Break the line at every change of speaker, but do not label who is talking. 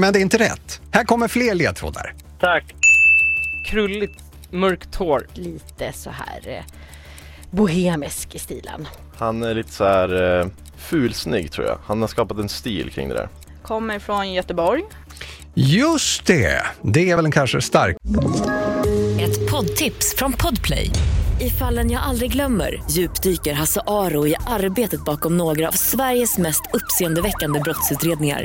men det är inte rätt. Här kommer fler ledtrådar.
Tack.
Krulligt, mörkt hår.
Lite så här eh, bohemisk i stilen.
Han är lite så här eh, fulsnygg tror jag. Han har skapat en stil kring det där.
Kommer från Göteborg.
Just det! Det är väl en kanske stark...
Ett poddtips från Podplay. I fallen jag aldrig glömmer djupdyker Hasse Aro i arbetet bakom några av Sveriges mest uppseendeväckande brottsutredningar.